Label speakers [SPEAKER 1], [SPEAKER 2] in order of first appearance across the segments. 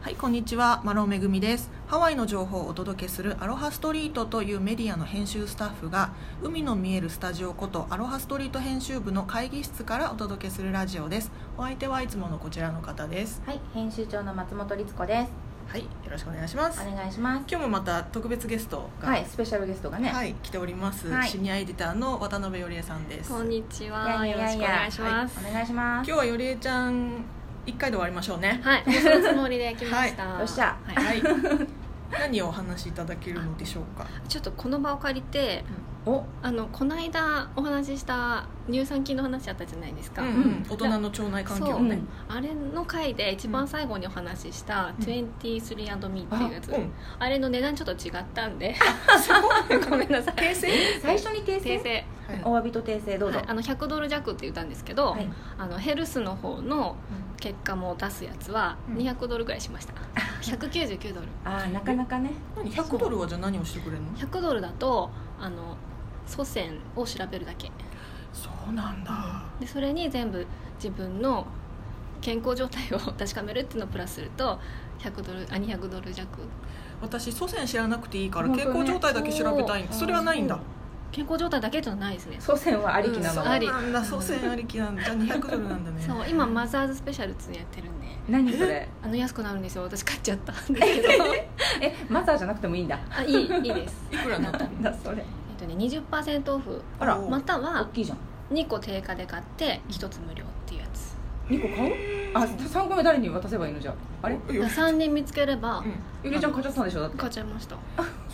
[SPEAKER 1] はい、こんにちは。マロンめぐみです。ハワイの情報をお届けするアロハストリートというメディアの編集スタッフが海の見えるスタジオことアロハストリート編集部の会議室からお届けするラジオです。お相手はいつものこちらの方です。
[SPEAKER 2] はい、編集長の松本律子で。
[SPEAKER 1] はい、よろしくお願いしますす。
[SPEAKER 2] お願いします。
[SPEAKER 1] 今日もまた特別ゲストが、
[SPEAKER 2] はい、スペシャルゲストがね。
[SPEAKER 1] はい来ております、
[SPEAKER 2] はい
[SPEAKER 1] シニアエディターの渡辺よりえさんです。
[SPEAKER 3] こんにちは。
[SPEAKER 2] い
[SPEAKER 3] よ
[SPEAKER 2] やい
[SPEAKER 3] ろ
[SPEAKER 2] や
[SPEAKER 3] し
[SPEAKER 2] い
[SPEAKER 3] くお
[SPEAKER 2] や
[SPEAKER 3] 願いします。
[SPEAKER 2] お願いしま
[SPEAKER 1] 今
[SPEAKER 2] す。
[SPEAKER 1] 日はよりえちゃん一回で終わりましょうね。
[SPEAKER 3] はい、そのつもりで来ました。
[SPEAKER 2] よっしゃ
[SPEAKER 3] はい
[SPEAKER 1] はい。何をお話しいただけるのでしょうか。
[SPEAKER 3] ちょっとこの場を借りて、
[SPEAKER 2] お、
[SPEAKER 3] あのこの間お話しした乳酸菌の話あったじゃないですか。
[SPEAKER 1] うんうん、大人の腸内環
[SPEAKER 3] そ
[SPEAKER 1] 境
[SPEAKER 3] う
[SPEAKER 1] ね。
[SPEAKER 3] あれの回で一番最後にお話しした
[SPEAKER 1] うん
[SPEAKER 3] 23&me って
[SPEAKER 1] あ
[SPEAKER 3] いうやつ、
[SPEAKER 1] うん、
[SPEAKER 3] あれの値段ちょっと違ったんで、
[SPEAKER 1] そう
[SPEAKER 3] ごめんなさい。
[SPEAKER 1] 訂正
[SPEAKER 2] 最初に訂正。
[SPEAKER 3] 訂正。
[SPEAKER 2] お詫びと訂正どうぞ
[SPEAKER 3] はい。あの100ドル弱って言ったんですけど、
[SPEAKER 2] はい
[SPEAKER 3] あのヘルスの方の結果も出すやつは
[SPEAKER 1] うん
[SPEAKER 3] 200ドルぐらいしました、199ドル
[SPEAKER 2] あー、なかなかね。
[SPEAKER 1] 何100ドルはじゃあ何をしてくれるの
[SPEAKER 3] 100ドルだとあの祖先を調べるだけ
[SPEAKER 1] そうなんだ
[SPEAKER 3] でそれに全部自分の健康状態を 確かめるっていうのをプラスすると100ドルあ200ドル弱
[SPEAKER 1] 私祖先知らなくていいから
[SPEAKER 2] 本
[SPEAKER 1] 健
[SPEAKER 2] 当ね
[SPEAKER 1] 康状態だけ調べたい
[SPEAKER 2] そう
[SPEAKER 1] それはないんだ
[SPEAKER 2] そ
[SPEAKER 3] 健康状態だけじゃないですね
[SPEAKER 2] 祖先はありきな
[SPEAKER 1] そ
[SPEAKER 2] の
[SPEAKER 1] う。
[SPEAKER 3] あり
[SPEAKER 1] なんだ祖先ありきなんだじゃあ200ドルなんだね
[SPEAKER 3] そう今マザーズスペシャルっていうのやってるんで
[SPEAKER 2] 何それ。
[SPEAKER 3] あの安くなるんですよ私買っち ゃった んですけど
[SPEAKER 2] え、マザーじゃなくてもいいんだ。
[SPEAKER 3] あいいいいです
[SPEAKER 1] いくらなったの
[SPEAKER 2] なんだそれ。
[SPEAKER 3] えっとね20%オフ
[SPEAKER 1] あら
[SPEAKER 2] お
[SPEAKER 3] また
[SPEAKER 2] 大
[SPEAKER 3] は
[SPEAKER 2] きいじゃん。
[SPEAKER 3] 2個定価で買って1つ無料っていうやつ
[SPEAKER 2] 二個買う？あ、三個目誰に渡せばいいのじゃあ。あれ？
[SPEAKER 1] よ
[SPEAKER 3] 3人見つければ
[SPEAKER 1] うん
[SPEAKER 2] ゆりちゃん買っちゃったんでしょだって。
[SPEAKER 3] 買っちゃいました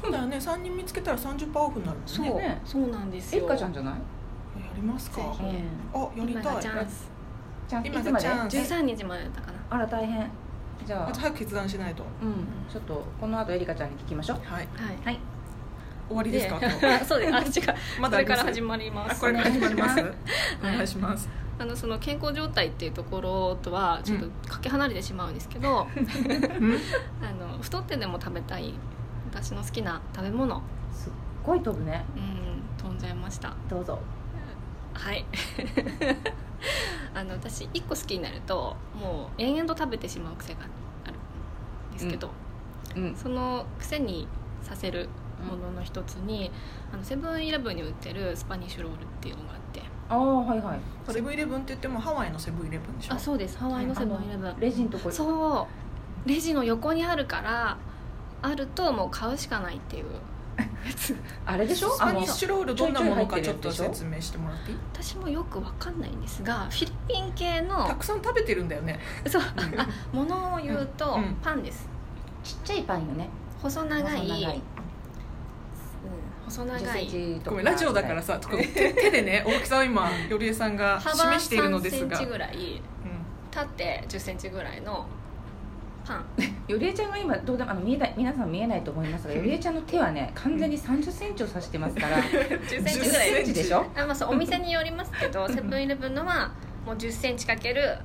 [SPEAKER 1] そうだよね3人見つけたら30%オフになるもんね
[SPEAKER 3] そう、
[SPEAKER 1] や
[SPEAKER 2] ね
[SPEAKER 3] そうなんです
[SPEAKER 2] え
[SPEAKER 3] よ
[SPEAKER 2] っかちゃんじゃない？
[SPEAKER 1] りますか
[SPEAKER 3] ぜひうん
[SPEAKER 1] あやり
[SPEAKER 3] 今が
[SPEAKER 1] たい
[SPEAKER 3] チャンス
[SPEAKER 2] ちゃんい
[SPEAKER 1] 今
[SPEAKER 2] つ
[SPEAKER 1] が
[SPEAKER 2] ま
[SPEAKER 1] チ
[SPEAKER 2] で？
[SPEAKER 1] ャンス
[SPEAKER 3] 13日までだったかな
[SPEAKER 2] あら大変。じゃ
[SPEAKER 1] あ
[SPEAKER 2] あ。
[SPEAKER 1] 早く決断しないと
[SPEAKER 2] うん。ちょっとこの後エリカちゃんに聞きましょう。
[SPEAKER 1] はい
[SPEAKER 3] はい
[SPEAKER 2] はい。
[SPEAKER 1] 終わりですか今日
[SPEAKER 3] で そうですあ違う
[SPEAKER 1] ま
[SPEAKER 3] こ
[SPEAKER 1] だあ
[SPEAKER 3] れ
[SPEAKER 1] り
[SPEAKER 3] か
[SPEAKER 1] ま
[SPEAKER 3] ら
[SPEAKER 1] す
[SPEAKER 3] 始まり ま
[SPEAKER 1] あ
[SPEAKER 3] す
[SPEAKER 1] これから始まります
[SPEAKER 3] はい
[SPEAKER 1] お願いします
[SPEAKER 3] あのその健康状態っていうところとはちょっとかけ離れてしまうんですけ ど、
[SPEAKER 1] うん
[SPEAKER 3] あの太ってでも食べたい私の好きな食べ物
[SPEAKER 2] すっごい飛ぶね。
[SPEAKER 3] うん飛んじゃいました
[SPEAKER 2] どうぞ。
[SPEAKER 3] はい あの私1個好きになるともう延々と食べてしまう癖があるんですけど、
[SPEAKER 2] うん。
[SPEAKER 3] その癖にさせるものの一つに、あのセブンイレブンに売ってるスパニッシュロールっていうのがあって
[SPEAKER 2] ああはいはい。
[SPEAKER 1] セブンイレブンって言ってもハワイのセブンイレブンでしょ
[SPEAKER 3] あそうですハワイのセブンイレブン
[SPEAKER 2] レジのとこう
[SPEAKER 3] そうレジの横にあるからあるともう買うしかないっていう
[SPEAKER 2] あれでしょ
[SPEAKER 1] ス
[SPEAKER 2] あ
[SPEAKER 1] パ
[SPEAKER 2] の
[SPEAKER 1] ニッシュロールどんなものかち
[SPEAKER 2] ち
[SPEAKER 1] ょ
[SPEAKER 2] ょ
[SPEAKER 1] っ
[SPEAKER 2] い
[SPEAKER 1] と
[SPEAKER 2] ちょい入っ
[SPEAKER 1] 説
[SPEAKER 2] てるやつでしょ
[SPEAKER 1] 明してもらっていい
[SPEAKER 3] 私もよくわかんないんですがフィリピン系の
[SPEAKER 1] たくさん食べてるんだよね
[SPEAKER 3] そうあものを言うと、
[SPEAKER 1] うんうん
[SPEAKER 3] パンです
[SPEAKER 2] ちっちゃいパンよね
[SPEAKER 3] 細長い
[SPEAKER 2] 細長い10
[SPEAKER 3] 細長
[SPEAKER 2] セン
[SPEAKER 3] い
[SPEAKER 2] チとか
[SPEAKER 1] ごめんラジオだからさちょっと手手でね大きさを今よりえさんが
[SPEAKER 3] 幅
[SPEAKER 1] 示しているの
[SPEAKER 3] 3
[SPEAKER 1] で
[SPEAKER 3] セ
[SPEAKER 1] す
[SPEAKER 3] ン
[SPEAKER 1] が
[SPEAKER 3] チぐらい縦1 0ンチぐらいのパン
[SPEAKER 2] よりえちゃんが今どうでもあの見えない皆さん見えないと思いますがよりえちゃんの手はね完全に3 0センチを指してます から10
[SPEAKER 3] 10セン
[SPEAKER 1] 10
[SPEAKER 3] チぐらい
[SPEAKER 2] センチでしょ
[SPEAKER 3] あまあ、そうお店によりますけどセブンイレブンのはもう1 0ンチかける
[SPEAKER 1] うん、うん、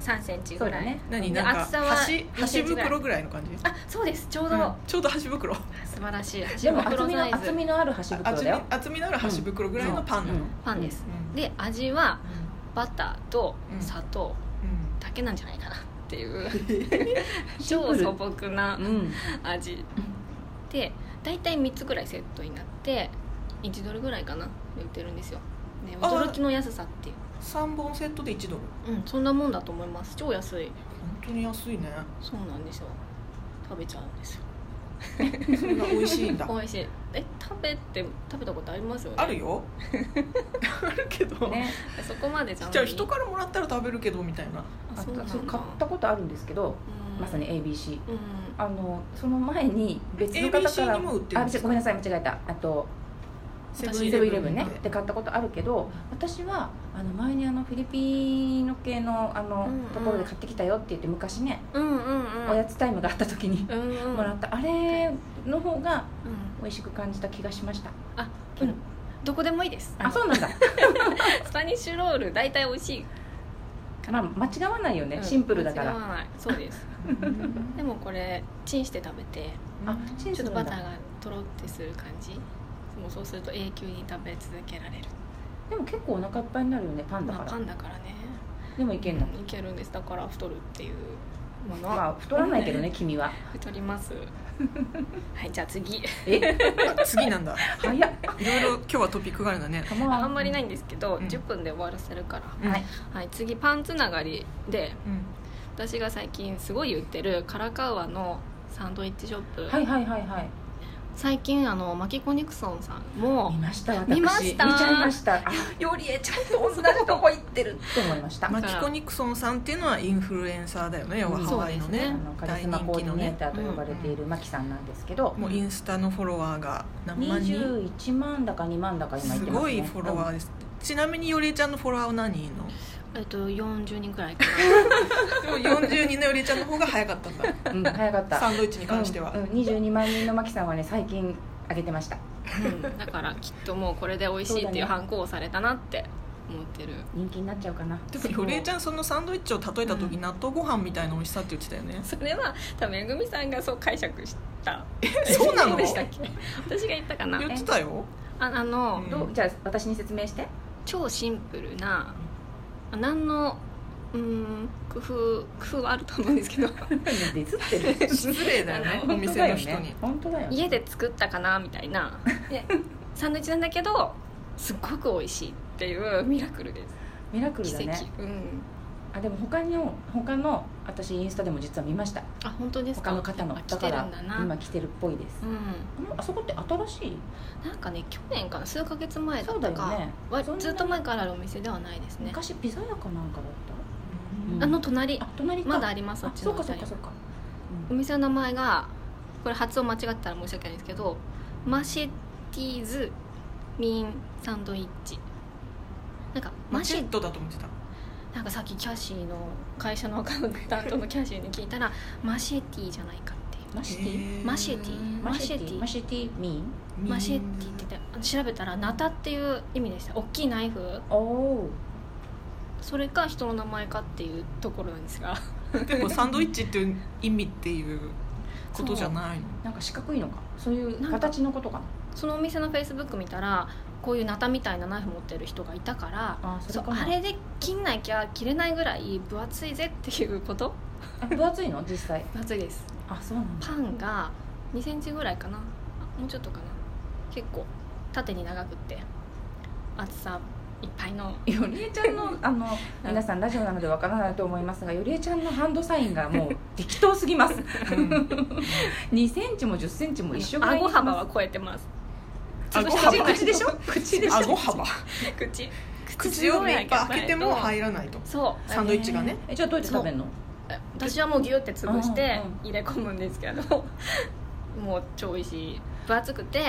[SPEAKER 3] 3センチ
[SPEAKER 2] そ
[SPEAKER 3] ぐ
[SPEAKER 2] うだ
[SPEAKER 3] らい、
[SPEAKER 2] ね
[SPEAKER 1] 何
[SPEAKER 3] で
[SPEAKER 1] なんか
[SPEAKER 3] 厚さは
[SPEAKER 1] 箸
[SPEAKER 3] 2
[SPEAKER 1] 箸
[SPEAKER 3] センチぐらい
[SPEAKER 1] 袋ぐらいの感じ
[SPEAKER 3] あそうですちょうど、
[SPEAKER 1] うんちょうど箸袋
[SPEAKER 3] 素晴らしい
[SPEAKER 2] で
[SPEAKER 3] 箸
[SPEAKER 2] も厚
[SPEAKER 3] 袋
[SPEAKER 2] み
[SPEAKER 3] サイ
[SPEAKER 2] の厚
[SPEAKER 3] ズ
[SPEAKER 2] みのある箸袋
[SPEAKER 1] 厚
[SPEAKER 2] だ
[SPEAKER 1] み
[SPEAKER 2] よ
[SPEAKER 1] 厚みのある箸袋ぐらいのパンなの、うん
[SPEAKER 3] パンです、
[SPEAKER 1] うん
[SPEAKER 3] で味は
[SPEAKER 1] う
[SPEAKER 3] バターと
[SPEAKER 1] うん
[SPEAKER 3] 砂糖
[SPEAKER 1] ん
[SPEAKER 3] だけなんじゃないかなっていう
[SPEAKER 2] シンプ
[SPEAKER 3] 超
[SPEAKER 2] ル
[SPEAKER 3] 素朴な
[SPEAKER 2] うん
[SPEAKER 3] 味で大体3つぐらいセットになって1ドルぐらいかなで売ってるんですよで
[SPEAKER 1] あ
[SPEAKER 3] 驚きの安さっていう、
[SPEAKER 1] 3本セットで1ドル
[SPEAKER 3] うん、そんなもんだと思います超安い
[SPEAKER 1] 本当に安いね
[SPEAKER 3] そうなんですよ食べちゃうんですよ
[SPEAKER 1] それが美味し いんだ
[SPEAKER 3] 美味しいえ食べて食べたことありますよね
[SPEAKER 1] あるよあるけど、
[SPEAKER 2] ね
[SPEAKER 3] そこまでじゃん
[SPEAKER 1] じゃあ人からもらったら食べるけどみたいな
[SPEAKER 3] あ
[SPEAKER 2] あ
[SPEAKER 3] そうなんだ
[SPEAKER 2] そう買ったことあるんですけど
[SPEAKER 3] うん
[SPEAKER 2] まさに ABC
[SPEAKER 3] うん
[SPEAKER 2] あのその前に別の方か
[SPEAKER 1] ABC
[SPEAKER 2] ら
[SPEAKER 1] にも売ってるん
[SPEAKER 2] あ
[SPEAKER 1] ですか
[SPEAKER 2] ごめんなさい間違えたあと
[SPEAKER 1] セ
[SPEAKER 3] 私
[SPEAKER 1] ブンイ
[SPEAKER 2] セブンイレ
[SPEAKER 1] レ
[SPEAKER 2] ブ
[SPEAKER 1] ブ
[SPEAKER 2] ン
[SPEAKER 1] ン
[SPEAKER 2] ね
[SPEAKER 1] ね
[SPEAKER 2] で買ったことあるけど私はあの前にあのフィリピンの系のあの、
[SPEAKER 3] うんうん
[SPEAKER 2] ところで買ってきたよって言って昔ね、
[SPEAKER 3] うんうんうん
[SPEAKER 2] おやつタイムがあった時に
[SPEAKER 3] うんうん
[SPEAKER 2] もらった、あれの方が
[SPEAKER 3] うん
[SPEAKER 2] 美味しく感じた気がしました
[SPEAKER 3] あ
[SPEAKER 2] うん
[SPEAKER 3] どこでもいいです
[SPEAKER 2] あそう なんだ
[SPEAKER 3] スパニッシュロール大体美味しい
[SPEAKER 2] まあ間違わないよね、
[SPEAKER 3] うん
[SPEAKER 2] シンプルだか
[SPEAKER 3] 間違
[SPEAKER 2] ら
[SPEAKER 3] わないそうです でもこれチンして食べて
[SPEAKER 2] あチン
[SPEAKER 3] ち
[SPEAKER 2] す
[SPEAKER 3] ょっ
[SPEAKER 2] る
[SPEAKER 3] と
[SPEAKER 2] んだ
[SPEAKER 3] バターがとろってする感じもうそうすると永久に食べ続けられる
[SPEAKER 2] でも結構お腹いっぱいになるよねパンだ
[SPEAKER 3] ま
[SPEAKER 2] か
[SPEAKER 3] あ
[SPEAKER 2] ら、
[SPEAKER 3] パンだからね
[SPEAKER 2] でもいけんの、
[SPEAKER 3] うんいけるんですだから太るっていうもの、
[SPEAKER 2] まあ太らないけどね君は
[SPEAKER 3] 太り ますはいじゃあ次
[SPEAKER 2] え
[SPEAKER 1] あ次なんだ
[SPEAKER 2] 早 っ
[SPEAKER 1] いろいろ今日はトピックがあるんだね
[SPEAKER 2] かま
[SPEAKER 3] あんまりないいんですけど、
[SPEAKER 1] うん
[SPEAKER 3] 10分で終わらせるから、
[SPEAKER 1] うん
[SPEAKER 2] はい
[SPEAKER 3] はい、次パンつながりで
[SPEAKER 1] うん
[SPEAKER 3] 私が最近すごい言ってるカラカウアのサンドイッチショップ、
[SPEAKER 2] はいはいはいはい
[SPEAKER 3] 最近あのマキコニクソンさん
[SPEAKER 2] 見
[SPEAKER 3] も
[SPEAKER 2] ました私
[SPEAKER 3] 見ました
[SPEAKER 2] 見ちゃいましたあ
[SPEAKER 3] よりえちゃんと同じとこ行ってる
[SPEAKER 2] と思いました、
[SPEAKER 1] マキコ・ニクソンさんっていうのはインフルエンサーだよね要は
[SPEAKER 2] うん
[SPEAKER 1] ハワイの
[SPEAKER 3] そうです
[SPEAKER 2] あ
[SPEAKER 1] ね
[SPEAKER 3] ね
[SPEAKER 2] のカリ
[SPEAKER 1] 大
[SPEAKER 2] スマ
[SPEAKER 1] 人
[SPEAKER 2] コー
[SPEAKER 1] 気
[SPEAKER 2] ディ
[SPEAKER 1] の
[SPEAKER 2] ネー
[SPEAKER 1] ね
[SPEAKER 2] ターと呼ばれているマキさんなんですけど、
[SPEAKER 1] もうインスタのフォロワーが何万人
[SPEAKER 2] 21万だか2万だか今言っ
[SPEAKER 1] す
[SPEAKER 2] てます、ね、
[SPEAKER 1] ごいフォロワーですちなみによりえちゃんのフォロワーは何人いんの
[SPEAKER 3] えっと40人くらいか
[SPEAKER 1] でも40人のよりえちゃんの方が早かったん だ
[SPEAKER 2] うん早かった
[SPEAKER 1] サンドイッチに関しては
[SPEAKER 2] うんうん、22万人のマキさんはね最近上げてました
[SPEAKER 3] な、うん、だからきっともうこれで美味しいっていう反抗をされたなって思ってる
[SPEAKER 2] 人気になっちゃうかな
[SPEAKER 1] でもよりえちゃんそのサンドイッチを例えた時納豆ご飯みたいな美味しさって言ってたよね
[SPEAKER 3] それは多分めぐみさんがそう解釈した
[SPEAKER 1] そうなの
[SPEAKER 3] でしたっけ私が言ったかな
[SPEAKER 1] 言ってたよ
[SPEAKER 3] ああの、
[SPEAKER 1] うん
[SPEAKER 2] どうじゃあ私に説明して
[SPEAKER 3] 超シンプルな何のうーん工夫工夫はあると思うんです けど
[SPEAKER 2] ディスってる
[SPEAKER 1] 失礼だよね
[SPEAKER 3] あ
[SPEAKER 1] お
[SPEAKER 2] 本当だ
[SPEAKER 1] 店
[SPEAKER 2] よ
[SPEAKER 1] の人に
[SPEAKER 2] ね本当だよね
[SPEAKER 3] 家で作ったかなみたいなでサンドイッチなんだけどすっごく美味しいっていうミラクルで
[SPEAKER 2] ミラクル
[SPEAKER 3] す
[SPEAKER 2] だ
[SPEAKER 3] 奇跡、
[SPEAKER 2] ね
[SPEAKER 3] うん
[SPEAKER 2] あでも他の他の私インスタでも実は見ました
[SPEAKER 3] あ本当ですか
[SPEAKER 2] 他の方の
[SPEAKER 3] やっ
[SPEAKER 2] だ
[SPEAKER 3] ぱ来
[SPEAKER 2] か
[SPEAKER 3] てる
[SPEAKER 2] ら
[SPEAKER 3] んだな
[SPEAKER 2] 今来てるっぽいです
[SPEAKER 3] うん、
[SPEAKER 2] あのあそこって新しい
[SPEAKER 3] なんかね去年かな数ヶ月前だ
[SPEAKER 2] そ
[SPEAKER 3] っ
[SPEAKER 2] うだ
[SPEAKER 3] た
[SPEAKER 2] よ
[SPEAKER 3] か、
[SPEAKER 2] ね
[SPEAKER 3] わ
[SPEAKER 2] そんな
[SPEAKER 3] ずっと前からあるお店ではないですね
[SPEAKER 2] 昔ピザ屋かなんかだっ
[SPEAKER 1] うん
[SPEAKER 3] あの隣
[SPEAKER 2] たあ隣か
[SPEAKER 3] まだありますあ
[SPEAKER 2] あ
[SPEAKER 3] っち
[SPEAKER 2] そ
[SPEAKER 3] の
[SPEAKER 2] うかそう
[SPEAKER 3] 辺り
[SPEAKER 2] かそうか
[SPEAKER 3] お店の名前がこれ発音間違ってたら申し訳ないんですけどマシェティーズミンサンドイッチなんかマ
[SPEAKER 1] マシ
[SPEAKER 3] シ
[SPEAKER 1] ェッ
[SPEAKER 3] ェ
[SPEAKER 1] トだと思ってた
[SPEAKER 3] なんかさっきキャシーの会社のアカウン担当のキャシーに聞いたらマシェティじゃないかっていう
[SPEAKER 2] マシティ
[SPEAKER 1] へー
[SPEAKER 3] マシェティ
[SPEAKER 2] マシティ
[SPEAKER 3] マ
[SPEAKER 2] マ
[SPEAKER 3] シ
[SPEAKER 2] シティミーン
[SPEAKER 3] マシェティって言って調べたらナタっていう意味でした大きいナイフ
[SPEAKER 2] おお
[SPEAKER 3] それか人の名前かっていうところなんですが
[SPEAKER 1] でもサンドイッチっていう意味っていうことじゃないの
[SPEAKER 2] なんか四角いのかそういう
[SPEAKER 3] なんか
[SPEAKER 2] 形のことかな
[SPEAKER 3] そのお店のフェイスブック見たらこういうナタみたいなナイフ持ってる人がいたから
[SPEAKER 2] あそ
[SPEAKER 3] そ
[SPEAKER 2] れ
[SPEAKER 3] う
[SPEAKER 2] かな
[SPEAKER 3] あれで切んなきゃ切れないぐらい分厚いぜっていうこと
[SPEAKER 2] あ分厚いの実際
[SPEAKER 3] 分厚いです
[SPEAKER 2] あそうなんだ
[SPEAKER 3] パンが2センチぐらいかなあもうちょっとかな結構縦に長くって厚さいっぱいのよりえちゃん
[SPEAKER 2] のあの皆さんラジオなのでわからないと思いますがよりえちゃんのハンドサインがもう適当すぎます2センチも1 0ンチも一緒ぐらい
[SPEAKER 3] 顎幅は超えてます
[SPEAKER 1] 顎
[SPEAKER 3] つぶ
[SPEAKER 1] 幅
[SPEAKER 3] し
[SPEAKER 2] 口でしょ
[SPEAKER 3] 口でしょ
[SPEAKER 1] 顎 幅
[SPEAKER 3] 口
[SPEAKER 1] 口を目いっぱい開けても入らないと
[SPEAKER 3] そう
[SPEAKER 1] サンドイッチがね
[SPEAKER 2] えじゃあどうやって食べるの
[SPEAKER 3] 私はもうギュって潰して
[SPEAKER 2] うんうん
[SPEAKER 3] 入れ込むんですけど、 もう超美味しい分厚くて、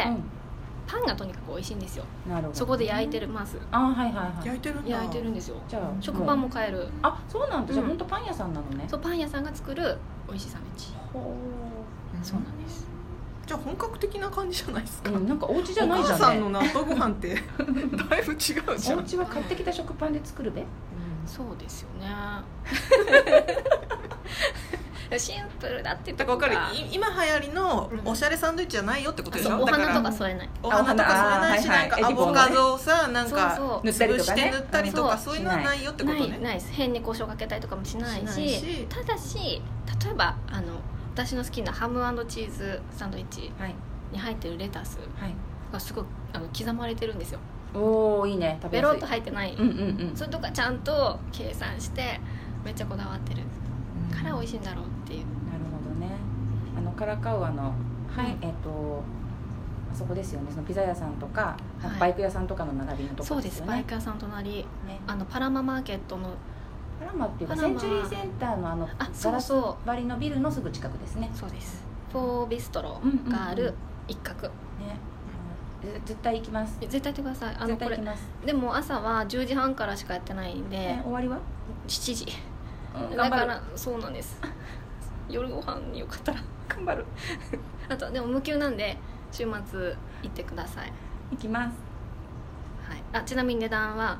[SPEAKER 3] パンがとにかく美味しいんですよ
[SPEAKER 2] うんなるほど
[SPEAKER 3] そこで焼いてるます
[SPEAKER 2] あはいはいはい
[SPEAKER 1] 焼いてるんだ
[SPEAKER 3] 焼いてるんですよ
[SPEAKER 2] じゃあ
[SPEAKER 3] 食パンも買える
[SPEAKER 2] あそうなんだじゃあ
[SPEAKER 3] うん
[SPEAKER 2] 本当パン屋さんなのね
[SPEAKER 3] そうパン屋さんが作る美味しいサンドイッチ
[SPEAKER 2] ほ
[SPEAKER 1] うん
[SPEAKER 3] そうなんです
[SPEAKER 1] じゃあ本格的な感じじゃないです
[SPEAKER 2] う
[SPEAKER 1] か
[SPEAKER 2] うんなんかお家じゃ
[SPEAKER 1] お
[SPEAKER 2] ないじ
[SPEAKER 1] 母
[SPEAKER 2] ゃ
[SPEAKER 1] さん
[SPEAKER 2] んね
[SPEAKER 1] の納豆ご飯って だいぶ違うじゃ
[SPEAKER 2] お
[SPEAKER 1] ん
[SPEAKER 2] 家は買ってきた食パンで作るべ
[SPEAKER 3] そうですよねシンプルだって
[SPEAKER 1] だ
[SPEAKER 3] と
[SPEAKER 1] から
[SPEAKER 3] こ
[SPEAKER 1] 分か
[SPEAKER 3] が
[SPEAKER 1] るい今流行りのおしゃれサンドイッチじゃないよってことでし
[SPEAKER 3] そ
[SPEAKER 1] ょ
[SPEAKER 3] うお
[SPEAKER 1] だか
[SPEAKER 3] 花と
[SPEAKER 1] ら
[SPEAKER 3] か添えない
[SPEAKER 1] お花とかそれないし
[SPEAKER 2] あお花
[SPEAKER 1] なんか
[SPEAKER 2] はいはい
[SPEAKER 1] アボカドをさなんか
[SPEAKER 3] そう
[SPEAKER 2] そう
[SPEAKER 1] 潰し
[SPEAKER 2] 塗ったりとか
[SPEAKER 1] て
[SPEAKER 2] ね
[SPEAKER 1] 塗ったりとか
[SPEAKER 3] そ
[SPEAKER 1] そうういうのはないよってこと
[SPEAKER 3] ない
[SPEAKER 1] ね
[SPEAKER 3] ないです変に胡椒かけたりとかもしないし
[SPEAKER 1] しないした
[SPEAKER 3] だし例えばあの私の好きなハムチーズサンドイッチ
[SPEAKER 2] はい
[SPEAKER 3] に入ってるレタス
[SPEAKER 2] はい
[SPEAKER 3] がすごくあの刻まれてるんですよ
[SPEAKER 2] おおいいね食べ
[SPEAKER 3] ベ
[SPEAKER 2] や
[SPEAKER 3] ロ
[SPEAKER 2] す
[SPEAKER 3] ッ
[SPEAKER 2] い
[SPEAKER 3] と入ってない、
[SPEAKER 2] うんうんうん
[SPEAKER 3] それとかちゃんと計算してめっちゃこだわってるから美味しいんだろうっていう
[SPEAKER 2] なるほどね。あのカラカウアの、はい、
[SPEAKER 3] うん
[SPEAKER 2] えっ、と。あそこですよね。そのピザ屋さんとか、
[SPEAKER 3] はい
[SPEAKER 2] バイク屋さんとかの並びのとこ
[SPEAKER 3] そう
[SPEAKER 2] ろ
[SPEAKER 3] で
[SPEAKER 2] です
[SPEAKER 3] す
[SPEAKER 2] よ
[SPEAKER 3] バイ
[SPEAKER 2] ね。
[SPEAKER 3] ク屋さん隣
[SPEAKER 2] ね
[SPEAKER 3] あのパラママーケットの
[SPEAKER 2] パラマっていうか、
[SPEAKER 3] パ
[SPEAKER 2] セ
[SPEAKER 3] ラマ
[SPEAKER 2] ンチュリーセンターのあの
[SPEAKER 3] あ
[SPEAKER 2] ガ
[SPEAKER 3] そ
[SPEAKER 2] ラ
[SPEAKER 3] う
[SPEAKER 2] ス
[SPEAKER 3] そ
[SPEAKER 2] 張りのビルのすぐ近くですね
[SPEAKER 3] う。そうですフォービストロ
[SPEAKER 2] うんうんうん
[SPEAKER 3] がある一角、
[SPEAKER 2] ね。うんぜ絶対行きます。
[SPEAKER 3] 絶対行ってくださいあの
[SPEAKER 2] 絶
[SPEAKER 3] こ
[SPEAKER 2] 対行
[SPEAKER 3] れ
[SPEAKER 2] きます。
[SPEAKER 3] でも朝は10時半からしかやってないんで、
[SPEAKER 2] え終わりは？
[SPEAKER 3] 7時
[SPEAKER 2] うん頑
[SPEAKER 3] だか
[SPEAKER 2] 張る。
[SPEAKER 3] らそうなんです 夜ご飯によかったら
[SPEAKER 2] 頑張る。
[SPEAKER 3] あとでも無休なんで週末行ってください、
[SPEAKER 2] 行きます。
[SPEAKER 3] はい、あちなみに値段は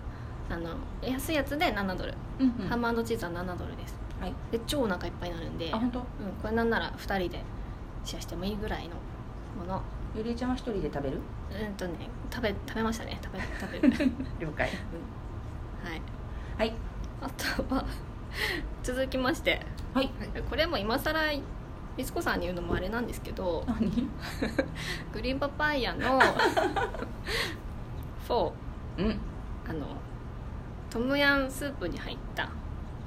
[SPEAKER 3] あの安いやつで7ドル、
[SPEAKER 2] うん
[SPEAKER 3] ハンマーチーズは7ドルです、
[SPEAKER 2] はい
[SPEAKER 3] で超お腹いっぱいになるんで、
[SPEAKER 2] あ
[SPEAKER 3] うん、
[SPEAKER 2] 本当。
[SPEAKER 3] これなんなら2人でシェアしてもいいぐらいのもの
[SPEAKER 2] ゆりえちゃんは一人で食べる？
[SPEAKER 3] うんとね食べ食べましたね食べ食べ
[SPEAKER 2] 了解。
[SPEAKER 3] はい
[SPEAKER 2] はい。
[SPEAKER 3] あとはち続きまして
[SPEAKER 2] はい
[SPEAKER 3] これも今更リスコさんに言うのもあれなんですけど
[SPEAKER 2] 何
[SPEAKER 3] グリーンパパイヤのフォー
[SPEAKER 2] うん
[SPEAKER 3] あのトムヤンスープに入った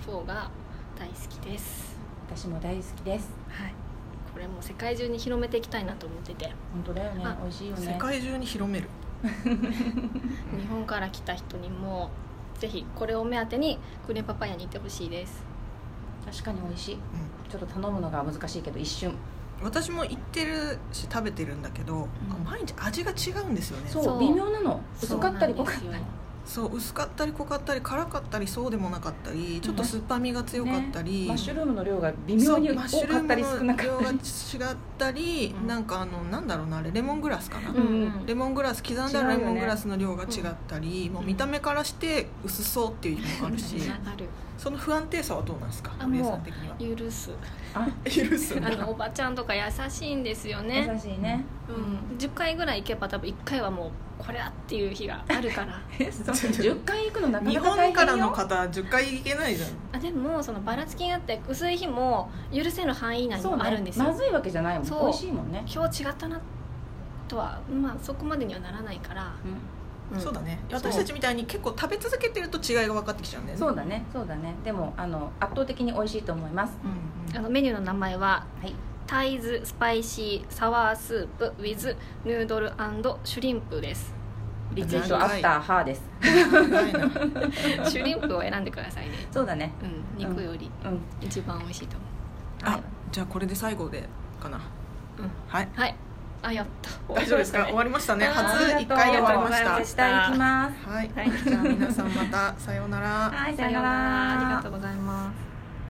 [SPEAKER 3] フォーが大好きです、
[SPEAKER 2] 私も大好きです
[SPEAKER 3] はい、これも世界中に広めていきたいなと思ってて
[SPEAKER 2] 本当だよね
[SPEAKER 3] あ
[SPEAKER 2] 美味しいよね
[SPEAKER 1] 世界中に広める
[SPEAKER 3] 日本から来た人にもぜひこれを目当てにグレーンパパイヤに行ってほしいです
[SPEAKER 2] 確かに美味しい、ちょっと頼むのが難しいけど一瞬
[SPEAKER 1] 私も行ってるし食べてるんだけど、
[SPEAKER 3] うん
[SPEAKER 1] 毎日味が違うんですよね
[SPEAKER 2] そう
[SPEAKER 3] そう
[SPEAKER 2] 微妙なの
[SPEAKER 3] そ
[SPEAKER 2] 薄
[SPEAKER 3] う
[SPEAKER 2] かったり
[SPEAKER 3] な
[SPEAKER 2] 濃
[SPEAKER 3] んで
[SPEAKER 2] かっ
[SPEAKER 3] すよ
[SPEAKER 2] たり
[SPEAKER 1] そう薄かったり濃かったり辛かったりそうでもなかったりちょっと酸っぱみが強かったり、
[SPEAKER 2] マッシュルームの量が微妙に
[SPEAKER 1] そうマッシュ
[SPEAKER 2] 多
[SPEAKER 1] ル
[SPEAKER 2] か
[SPEAKER 1] ー
[SPEAKER 2] ったり少
[SPEAKER 1] ム
[SPEAKER 2] な
[SPEAKER 1] の
[SPEAKER 2] か
[SPEAKER 1] 量
[SPEAKER 2] った
[SPEAKER 1] が違
[SPEAKER 2] り
[SPEAKER 1] ったり、
[SPEAKER 3] うん
[SPEAKER 1] なんかあのなんだろうなあれレモングラスかな、
[SPEAKER 2] ん
[SPEAKER 1] レモングラス刻んだらレモングラスの量が違ったり、もう見た目からして薄そうっていうのもあるし、
[SPEAKER 3] ある
[SPEAKER 1] その不安定さはどうなんですか
[SPEAKER 3] あ
[SPEAKER 1] お姉
[SPEAKER 3] もう
[SPEAKER 1] さん的には
[SPEAKER 3] 許す
[SPEAKER 2] あ
[SPEAKER 1] 許すん
[SPEAKER 3] あ
[SPEAKER 1] だ
[SPEAKER 3] のおばちゃんとか優しいんですよね、
[SPEAKER 2] 優しいね
[SPEAKER 3] うん、10回ぐらい行けば多分1回はもうこれだっていう日があるから
[SPEAKER 2] 10回行くのなか
[SPEAKER 1] 日
[SPEAKER 2] なか大
[SPEAKER 1] 本
[SPEAKER 2] 変よ
[SPEAKER 1] からの方10回行けないじゃん
[SPEAKER 3] あでもそのばらつきがあって薄い日も許せる範囲内にもあるんですよ、
[SPEAKER 2] まずいわけじゃないもん
[SPEAKER 3] そう
[SPEAKER 2] 美味しいもんね、
[SPEAKER 3] 今日違ったなとはまあそこまでにはならないから、ん
[SPEAKER 1] そうだね
[SPEAKER 3] そう
[SPEAKER 1] 私たちみたいに結構食べ続けてると違いが分かってきちゃうんだよね
[SPEAKER 2] そうだねそうだねでもあの圧倒的に美味しいと思います
[SPEAKER 1] うんうん
[SPEAKER 3] あのメニューの名前は
[SPEAKER 2] はい
[SPEAKER 3] タイズスパイシーサワースープ with ヌードルシュリンプです
[SPEAKER 2] リツイートアフターハーです
[SPEAKER 1] 長いな
[SPEAKER 3] シュリンプを選んでくださいね
[SPEAKER 2] そうだね
[SPEAKER 3] うん
[SPEAKER 2] うん
[SPEAKER 3] 肉より
[SPEAKER 2] うん
[SPEAKER 3] 一番美味しいと思
[SPEAKER 1] あじゃあこれで最後でかな
[SPEAKER 3] う、うん、
[SPEAKER 1] はいう
[SPEAKER 3] はいあやった
[SPEAKER 1] 大丈夫 ですか終わりましたね
[SPEAKER 3] あー
[SPEAKER 1] 初1回で終わりました
[SPEAKER 3] ありがとうございま
[SPEAKER 2] 下行きます
[SPEAKER 1] はい
[SPEAKER 3] はい
[SPEAKER 1] じゃあ皆さんまたさようなら
[SPEAKER 2] はいさ
[SPEAKER 3] さよ
[SPEAKER 2] ような
[SPEAKER 3] うなら
[SPEAKER 2] ら
[SPEAKER 3] ありがとうございます